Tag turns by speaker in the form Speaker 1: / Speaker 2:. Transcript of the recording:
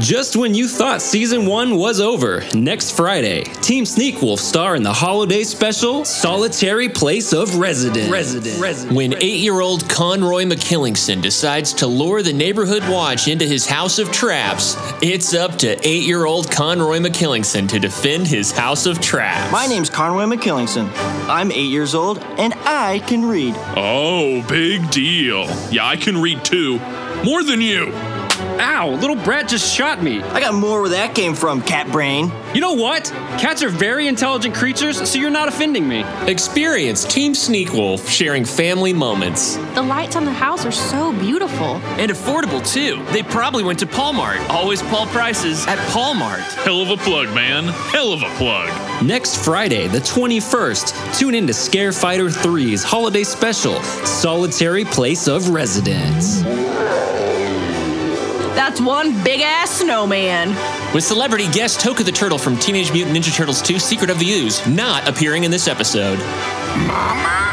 Speaker 1: Just when you thought season one was over, next Friday, Team Sneak will star in the holiday special Solitary Place of Residence. Resident. Resident.
Speaker 2: When eight year old Conroy McKillingson decides to lure the neighborhood watch into his house of traps, it's up to eight year old Conroy McKillingson to defend his house of traps.
Speaker 3: My name's Conroy McKillingson. I'm eight years old and I can read.
Speaker 4: Oh, big deal. Yeah, I can read too. More than you.
Speaker 5: Ow, little brat just shot me.
Speaker 3: I got more where that came from, cat brain.
Speaker 5: You know what? Cats are very intelligent creatures, so you're not offending me.
Speaker 2: Experience Team Sneak Wolf sharing family moments.
Speaker 6: The lights on the house are so beautiful.
Speaker 7: And affordable, too. They probably went to Palmart. Always Paul prices at Palmart.
Speaker 4: Hell of a plug, man. Hell of a plug.
Speaker 1: Next Friday, the 21st, tune in to Scare Fighter 3's holiday special, Solitary Place of Residence.
Speaker 8: That's one big ass snowman.
Speaker 2: With celebrity guest Toka the Turtle from Teenage Mutant Ninja Turtles 2 Secret of the Ooze not appearing in this episode.
Speaker 9: Mama!